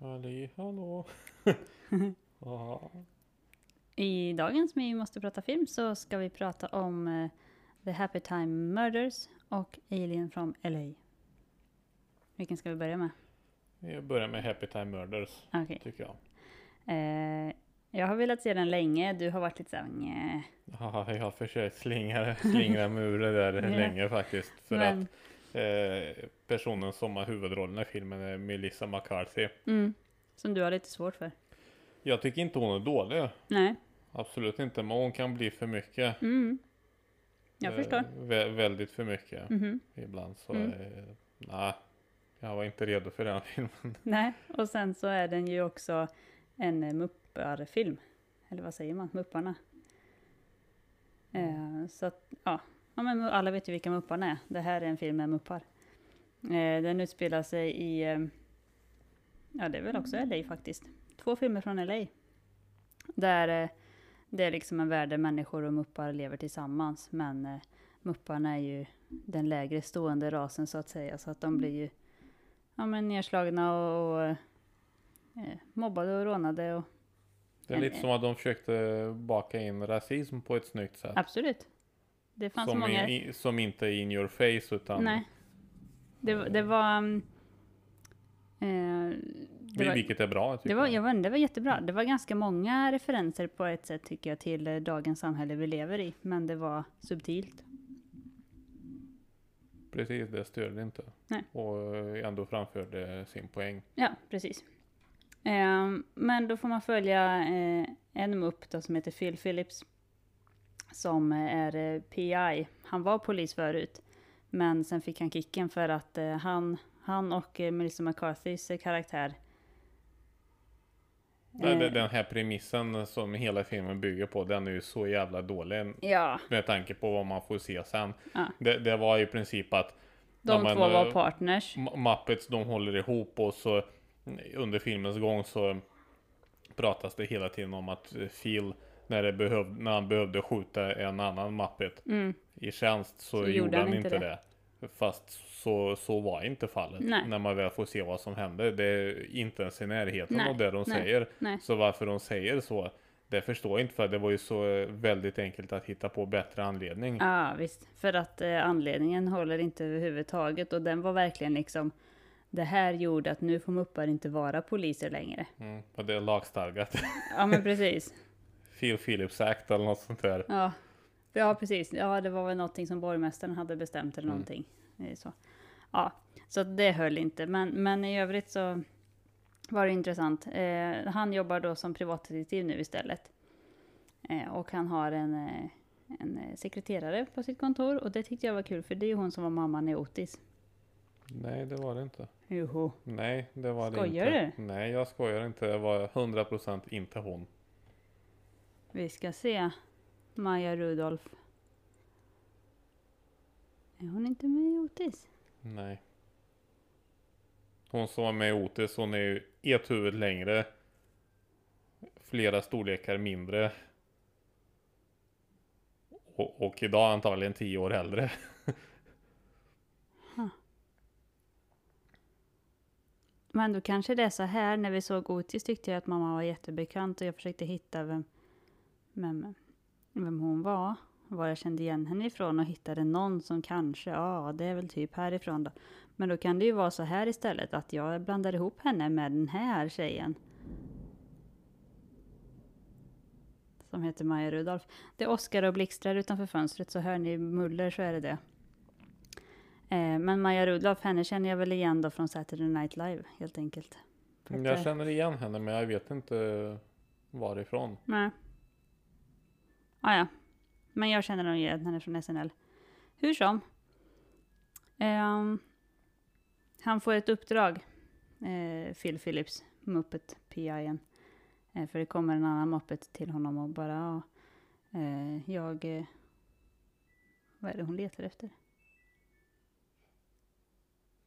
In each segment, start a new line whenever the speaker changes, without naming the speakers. Halli hallå. ja.
I dagens Vi måste prata film så ska vi prata om eh, The Happy Time Murders och Alien from LA. Vilken ska vi börja med? Ah,
Jag börjar med Happy Time Murders
Okej.
tycker jag.
Eh, jag har velat se den länge, du har varit lite såhär "Nja."
Ja, jag har försökt slingra, slingra muren där
Ja.
länge faktiskt. För
Men,
att eh, personen som har huvudrollen i filmen är Melissa McCarthy.
mm, som du har lite svårt för.
Jag tycker inte hon är dålig.
Nej.
Absolut inte. Men hon kan bli för mycket.
Mm. Jag
Eh,
förstår.
Vä- väldigt för mycket
Mhm.
ibland. Så
Mm.
eh, nej, jag var inte redo för den filmen.
Nej, och sen så är den ju också en eh, mupparfilm. Eller vad säger man? Mupparna. Eh, så att, ja. ja men alla vet ju vilka mupparna är. Det här är en film med muppar. Eh, den utspelar sig i, eh, ja det är väl också LA faktiskt. Två filmer från LA. Där eh, det är liksom en värld där människor och muppar lever tillsammans. Men eh, mupparna är ju den lägre stående rasen så att säga. Så att de blir ju ja, men nedslagna och, och eh, mobbade och rånade. Och,
Det är
Men-
lite som att de försökte baka in rasism på ett snyggt sätt.
absolut. Det fanns
som,
många...
i, i- som inte är in your face utan
nej. Det, var- det var... mm, eh, det
vil-
var,
vilket är bra. tycker
det var,
jag.
jag vet inte, det var jättebra. Det var ganska många referenser på ett sätt tycker jag till eh, dagens samhälle vi lever i. Men det var subtilt.
Precis, det störde inte.
Nej. Eh.
Och eh, ändå framförde sin poäng.
Ja, precis. Ehm, men då får man följa eh, en mupp då som heter Phil Phillips. Som eh, är eh, PI. Han var polis förut. Men sen fick han kicken för att eh, han, han och eh, Melissa McCarthys eh, karaktär.
Nej,
Eh,
det- Den här premissen som hela filmen bygger på, den är ju så jävla dålig
Ja,
med tanke på vad man får se sen.
Ja.
Det, det var i princip att
de
Ja, men,
två var
eh,
partners.
Ma- Muppets de håller ihop och så mm, under filmens gång så pratas det hela tiden om att eh, Phil när, det behöv, när han behövde skjuta en annan Muppet
Mm,
i tjänst så, gjorde han, inte det. Fast så, så var inte fallet.
Nej.
När man väl får se vad som hände. Det är inte ens i närheten
Nej,
av det de
nej,
säger.
nej.
Så varför de säger så, det förstår jag inte. För det var ju så eh, väldigt enkelt att hitta på bättre anledning.
Ja, visst. För att eh, anledningen håller inte överhuvudtaget. Och den var verkligen liksom. Det här gjorde att nu får muppar inte vara poliser längre.
Mm, och det är lagstadgat.
Ja men precis.
Phil Phillips Act eller något sånt där.
Ja. ja precis. Ja det var väl någonting som borgmästaren hade bestämt eller någonting. Eh, Så. Ja, så det höll inte. Men, men i övrigt så var det intressant. Eh, han jobbar då som privatdetektiv nu istället. Eh, och han har en, eh, en eh, sekreterare på sitt kontor och det tyckte jag var kul för det är ju hon som var mamman i Otis.
Nej, det var det inte.
Joho.
Nej, det var
Skojar
det inte. Nej, jag skojar inte. Det var 100% inte hon.
Vi ska se. Maja Rudolf. Är hon inte med i Otis?
Nej. Hon som var med i Otis, hon är ju ett huvud längre. Flera storlekar mindre. Och, och idag antagligen tio år äldre.
Men då kanske det är så här, när vi såg Otis tyckte jag att mamma var jättebekant och jag försökte hitta vem, vem, vem hon var, var jag kände igen henne ifrån och hittade någon som kanske, ja det är väl typ härifrån då. Men då kan det ju vara så här istället, att jag blandar ihop henne med den här tjejen. Som heter Maja Rudolf. Det åskar och blixtrar utanför fönstret så hör ni muller så är det det. Eh, Men Maja Rudolph, henne känner jag väl igen då från Saturday Night Live helt enkelt. För att
Jag
det-
känner igen henne men jag vet inte varifrån.
Nej. Ah, ja. Men jag känner nog igen henne från SNL. Hur som. Ehm, han får ett uppdrag, eh, Phil Phillips, Muppet PI'n. Eh, för det kommer en annan Muppet till honom och bara, ja, eh, jag... Eh, vad är det hon letar efter?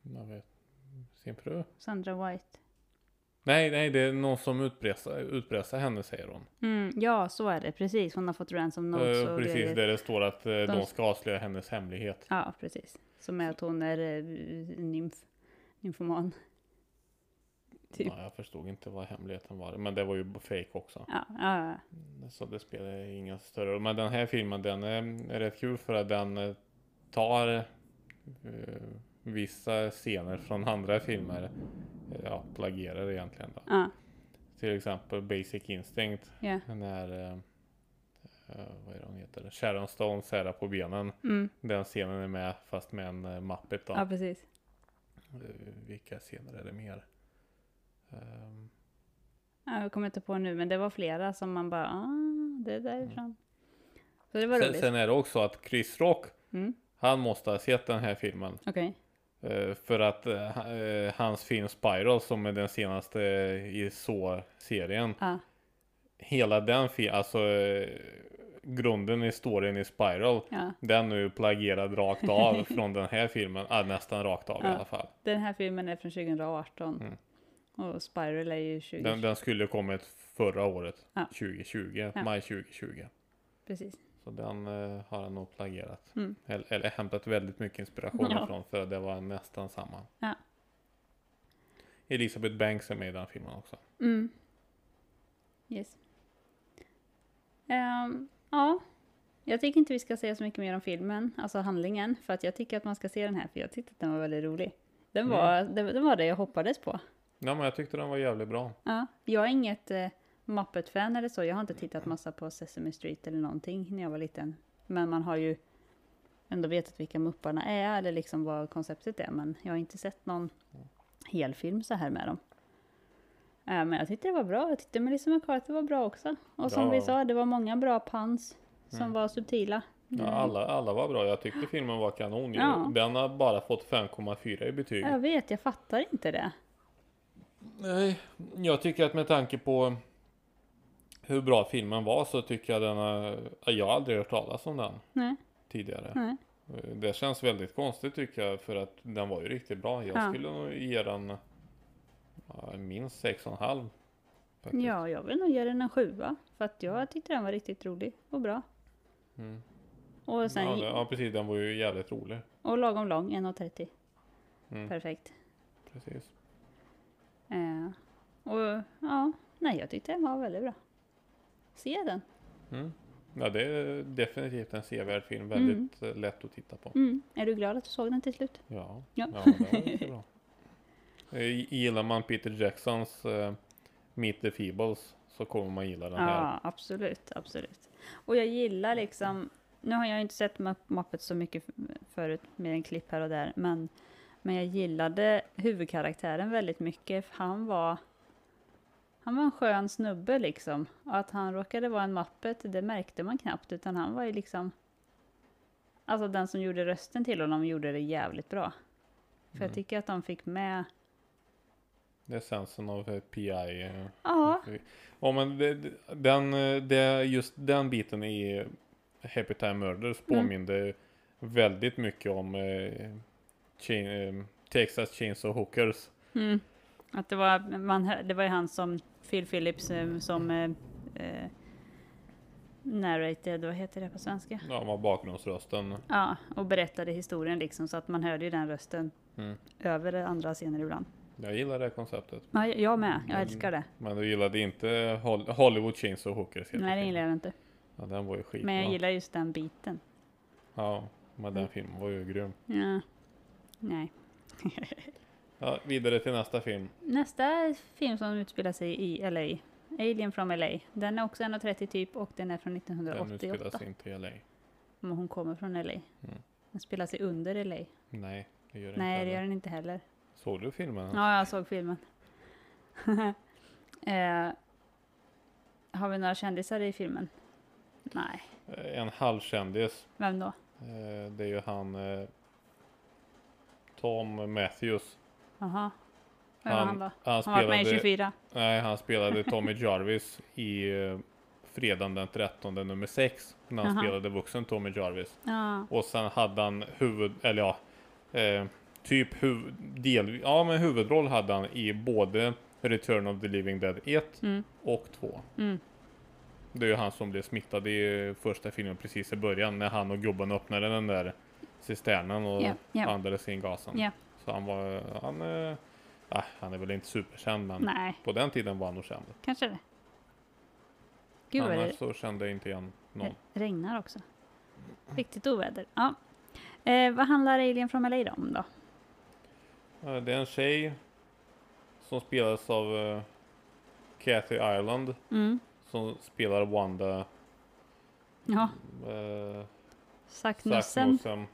Jag vet. Sin fru?
Sandra White.
Nej, nej, det är någon som utpressar, utpressar henne säger hon.
Mm, ja, så är det. Precis, hon har fått ransom notes
Eh,
och
precis,
grejer.
där det står att eh, de...
De-
ska avslöja hennes hemlighet.
Ja, precis. Som är att hon är eh, nymf, nymfoman. Typ.
Ja, jag förstod inte vad hemligheten var. Men det var ju fake också.
Ja, ja, ja.
Så det spelar ingen större roll. Men den här filmen den är, är rätt kul för att den eh, tar eh, vissa scener från andra filmer. Eh, Ja, plagierar egentligen då.
ja,
Till exempel Basic Instinct.
ja.
När, eh, eh, vad är det hon heter? Sharon Stone särar på benen.
Mm.
Den scenen är med fast med en eh, Muppet då.
ja precis.
Eh, Vilka scener är det mer? Ehm,
Ja, jag kommer inte på nu, men det var flera som man bara, ah, det är därifrån. Så det var
sen,
roligt.
sen är det också att Chris Rock,
Mm.
han måste ha sett den här filmen.
Okej.
Eh, För att eh, ha- eh, hans film Spiral som är den senaste i så-serien.
Ja,
Hela den filmen, alltså eh, grunden i storyn i Spiral.
ja.
Den är ju plagierad rakt av från den här filmen. Ah, nästan rakt av i
Ja.
alla fall.
Den här filmen är från 2018.
Mm.
Och Spiral är ju 2020.
Den, den skulle kommit förra året,
Ja.
2020,
Ja.
maj 2020.
Precis.
Så den eh, har han nog plagierat.
Mm.
Eller, eller hämtat väldigt mycket inspiration
Ja.
ifrån för det var nästan samma.
Ja.
Elisabeth Banks är med i den filmen också.
Mm. Yes. Ehm, ja, jag tycker inte vi ska säga så mycket mer om filmen, alltså handlingen, för att jag tycker att man ska se den här, för jag tyckte att den var väldigt rolig. Den
Mm.
var, det, det var det jag hoppades på.
Ja men jag tyckte den var jävligt bra.
Ja. Jag är inget eh, Muppet-fan eller så, jag har inte tittat massa på Sesame Street eller någonting när jag var liten. Men man har ju ändå vetat vilka Mupparna är, eller liksom vad konceptet är, men jag har inte sett någon helfilm så här med dem. Eh, Men jag tyckte det var bra, jag tyckte Melissa McCarthy var bra också. Och som
Ja.
vi sa, det var många bra pans som
Mm.
var subtila.
Ja, alla, alla var bra. Jag tyckte filmen var kanon. ju.
Mm. Ja.
Den har bara fått 5,4 i betyg.
Jag vet, jag fattar inte det.
Nej, jag tycker att med tanke på hur bra filmen var så tycker jag den har... ja, Jag har aldrig hört talas om den
Nej,
tidigare. Eh,
nej.
Det känns väldigt konstigt tycker jag för att den var ju riktigt bra. Jag
Ja.
skulle nog ge den ja, minst 6,5. faktiskt.
Ja, jag vill nog ge den en sjua, för att jag tyckte den var riktigt rolig och bra.
Mm.
Och sen
Ja, det- ja precis, den var ju jävligt rolig.
Och lagom lång, 1,30.
Mm.
Perfekt.
Precis.
Eh, och ja, nej jag tyckte den var väldigt bra. Se den.
Mm. Ja, det är definitivt en sevärd film. Väldigt eh, lätt att titta på.
Mm. Är du glad att du såg den till slut?
Ja,
Ja.
ja. det var inte bra. Eh, Gillar man Peter Jacksons eh, Meet the Feebles så kommer man gilla den här.
Ja, absolut, absolut. Och jag gillar liksom, nu har jag inte sett Ma- Muppet så mycket f- förut, med en klipp här och där, men, men jag gillade huvudkaraktären väldigt mycket. för Han var, han var en skön snubbe liksom. Och att han råkade vara en Muppet, det märkte man knappt, utan han var ju liksom, alltså den som gjorde rösten till honom gjorde det jävligt bra. För jag
Mm.
tycker att de fick med,
Det är sensen av eh, PI. eh,
ja,
Ja men det, det- den, eh, det, just den biten i Happy Time Murders
Mm.
påminner väldigt mycket om eh, Chain, eh, Texas Chainsaw Hookers.
Mm. Att det var, man, hör- det var ju han som, Phil Phillips eh, som eh, eh, narrated, vad heter det på svenska?
Ja, med bakgrundsrösten.
Ja, och berättade historien liksom så att man hörde ju den rösten
Mm.
över andra scener ibland.
Jag gillar det konceptet.
Ja, jag- jag med, jag
Mm.
älskar det.
Men du gillade inte Hol- Hollywood Chainsaw Hookers? heter
Nej, det
filmen.
gillar jag inte.
Ja, den var ju skitbra.
Men jag gillar just den biten.
Ja, men
Mm.
den filmen var ju grym.
Ja. Nej.
Ja, vidare till nästa film.
Nästa film som utspelar sig i LA, Alien from LA, den är också 1,30 typ och den är från
Den
1988.
utspelar sig inte i LA.
Men hon kommer från LA.
Mm.
Den spelar sig under LA.
Nej, det gör den
Nej,
inte.
det gör
heller.
den inte heller.
Såg du filmen?
Ja, jag såg filmen. eh, har vi några kändisar i filmen? Nej.
Eh, En halvkändis.
Vem då?
Eh, Det är ju han eh, Tom Matthews.
Jaha. Vem var han då?
han
Han har varit med i
spelade,
24.
nej, han spelade Tommy Jarvis i eh, Fredagen den 13 nummer 6. När han
Aha.
spelade vuxen Tommy Jarvis.
Ja.
Och sen hade han huvud, eller ja, eh, typ huvud, del, ja men huvudroll hade han i både Return of the Living Dead 1
Mm.
och 2.
Mm.
Det är ju han som blev smittad i eh, första filmen precis i början när han och gubben öppnade den där cisternen och
Ja, ja.
andades in gasen.
Ja.
Så han var, han eh, Ah, han är väl inte superkänd men
Nej,
på den tiden var han nog känd.
kanske det. Gud vad
Annars
det
så kände jag inte igen någon.
re- regnar också. Riktigt oväder. Ja. Eh, vad handlar Alien from LA då om då?
Eh, Det är en tjej som spelas av eh, Kathy Ireland
Mm.
som spelar Wanda
Ja,
eh,
Saknussen.
Sackmosen.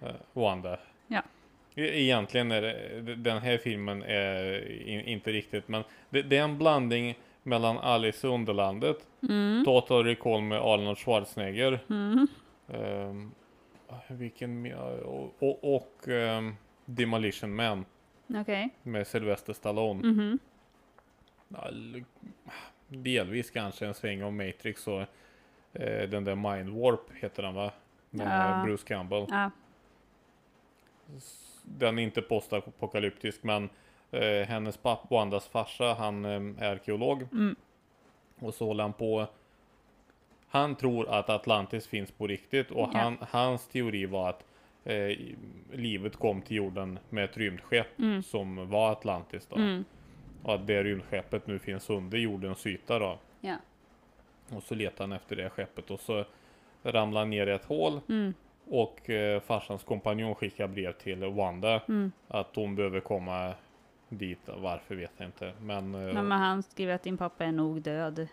Eh, Wanda.
Ja.
E- Egentligen är det, den här filmen är in, inte riktigt, men det, det är en blandning mellan Alice i Underlandet,
Mm.
Total Recall med Arnold Schwarzenegger,
Mm.
ehm, vilken, mer- och, och, och ehm, Demolition Man
Okej.
med Sylvester Stallone.
Mhm.
Ja, l- delvis kanske en sväng av Matrix och eh, den där Mind Warp heter den va? Med
Ja.
Bruce Campbell.
Ja.
S- Den är inte postapokalyptisk men eh, hennes pappa, Wandas farsa, han eh, är arkeolog.
Mm.
Och så håller han på. Han tror att Atlantis finns på riktigt och
Ja.
han, hans teori var att eh, i- livet kom till jorden med ett rymdskepp
Mm.
som var Atlantis då.
Mm.
Och att det rymdskeppet nu finns under jordens yta då.
Ja.
Och så letar han efter det skeppet och så ramlar han ner i ett hål
Mm.
och eh, farsans kompanjon skickar brev till Wanda
Mm.
att hon behöver komma dit. Varför vet jag inte. Men, eh,
Nej, men han skriver att din pappa är nog död. eh,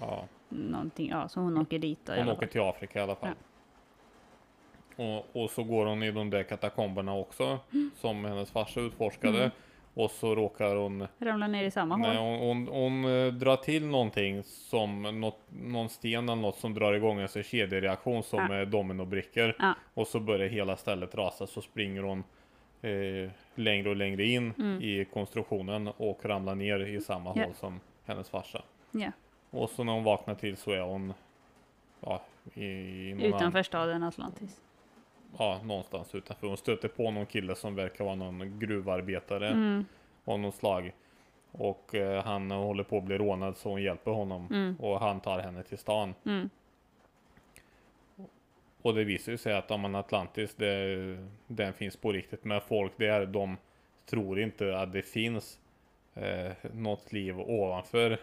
ja,
Någonting. Ja, så hon åker dit då, i
Mm. hon
alla
åker
fall.
till Afrika i alla fall. Och, och så går hon i de där katakomberna också som hennes farsa utforskade.
Mm.
Och så råkar hon
Ramlar ner i samma
Nej,
hål.
hon, hon, hon eh, drar till någonting som något, någon sten eller något som drar igång en sån kedjereaktion som
Ja.
är dominobrickor.
Ja.
Och så börjar hela stället rasa så springer hon eh, längre och längre in
Mm.
i konstruktionen och ramlar ner i samma
Ja.
hål som hennes farsa.
Ja.
Och så när hon vaknar till så är hon ja, i, i någon
Utanför staden Atlantis.
Annan, ja, någonstans utanför. Hon stöter på någon kille som verkar vara någon gruvarbetare
Mm.
av något slag. Och eh, han håller på att bli rånad så hon hjälper honom.
Mm.
Och han tar henne till stan.
Mm.
Och det visar ju sig att om man Atlantis, det, den finns på riktigt. Men folk där, de tror inte att det finns eh, något liv ovanför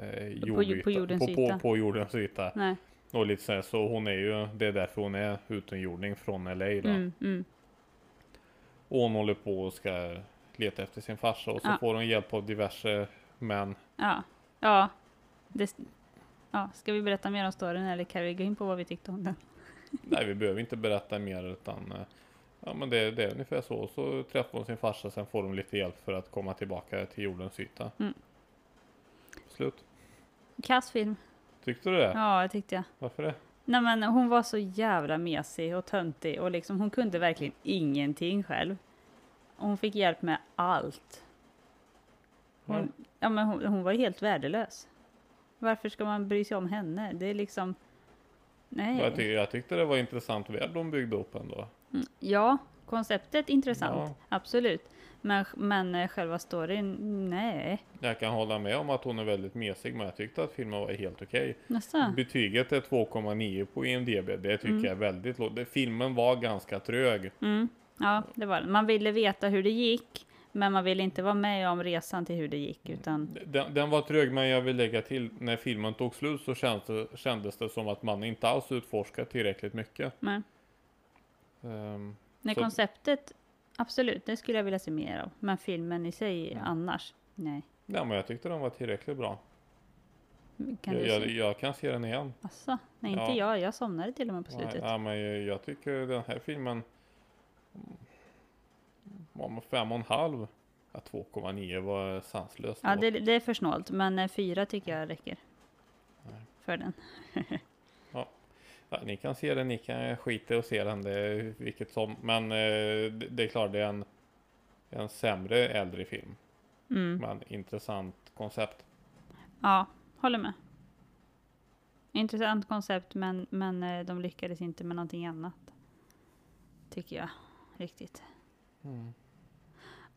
eh, jordyta-
på jordens
på, på,
yta.
på jordens yta.
Nej.
Och lite så, här, så hon är ju, det är därför hon är utomjording från LA då.
Mm. Mm.
Och hon håller på och ska leta efter sin farsa. Och så
Ja.
får hon hjälp av diverse män.
Ja. Ja. Det... ja. Ska vi berätta mer om storyn eller kan vi gå in på vad vi tyckte om den?
Nej, vi behöver inte berätta mer utan eh, ja, men det, det är ungefär så. Så träffar hon sin farsa, sen får de lite hjälp för att komma tillbaka till jordens yta.
Mm.
Slut.
Kass film.
Tyckte du det?
Ja, det tyckte jag.
Varför det?
Nej men hon var så jävla mesig och töntig och liksom hon kunde verkligen ingenting själv. Hon fick hjälp med allt. Hon,
Ja.
ja, men hon, hon var ju helt värdelös. Varför ska man bry sig om henne? Det är liksom... Nej.
Jag, tyck, jag tyckte det var intressant värld de byggde upp ändå.
Mm, Ja, konceptet är intressant.
Ja.
Absolut. Men, men eh, själva storyn, nej.
Jag kan hålla med om att hon är väldigt mesig, men jag tyckte att filmen var helt okej.
Nästan.
Betyget är 2,9 på IMDB. Det tycker
Mm.
jag är väldigt lågt. Det- Filmen var ganska trög.
Mm. Ja, det var det. Man ville veta hur det gick, men man ville inte vara med om resan till hur det gick, utan
Den, den var trög, men jag vill lägga till när filmen tog slut så kändes, kändes det som att man inte alls utforskat tillräckligt mycket.
men,
Ehm,
när
Så-
konceptet, absolut, det skulle jag vilja se mer av. Men filmen i sig
Mm.
annars, nej.
nej, men jag tyckte den var tillräckligt bra.
Kan
jag,
du
jag,
se?
jag kan se den igen.
Asså, nej inte
Ja.
jag, jag somnade till och med på
Nej,
slutet.
Ja, men jag, jag tycker den här filmen var med fem och en halv. Ja, 2,9 var sanslöst.
Ja, det, det är för snålt, men eh, fyra tycker jag räcker.
Nej.
För den.
Ja, ni kan se den, ni kan skita och se den, det, är vilket som. Men eh, det, det är klart, det är en, en sämre äldre film.
Mm.
Men intressant koncept.
Ja, håller med. Intressant koncept, men, men eh, de lyckades inte med någonting annat. Tycker jag, riktigt. Ja.
Mm.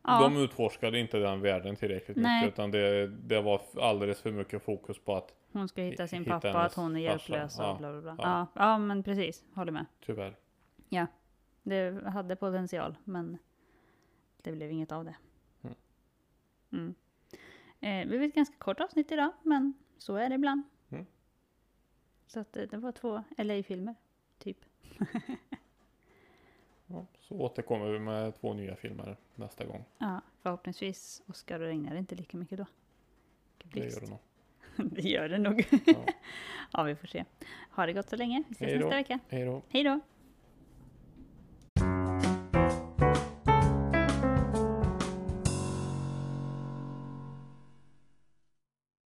De utforskade inte den världen tillräckligt
Nej.
mycket utan det, det var f- alldeles för mycket fokus på att
Hon ska hitta sin
hitta
pappa,
hennes
att hon är
farsa.
hjälplös och
Ja,
bla bla bla. Ja.
ja.
Ja. men precis. Håller med.
tyvärr.
Det hade potential, men det blev inget av det.
Mm.
Mm. Eh, det blev ett ganska kort avsnitt idag, men så är det ibland.
Mm.
Så att eh, det var två LA-filmer, typ.
Ja, så återkommer vi med två nya filmer nästa gång.
Ja, förhoppningsvis Oscar och regnar inte lika mycket då. Gud,
Det gör
blixten.
det nog.
Det gör det nog.
Ja.
Ja, vi får se. Ha det gott så länge. Vi ses
Hej då.
nästa vecka.
Hej då.
Hej då!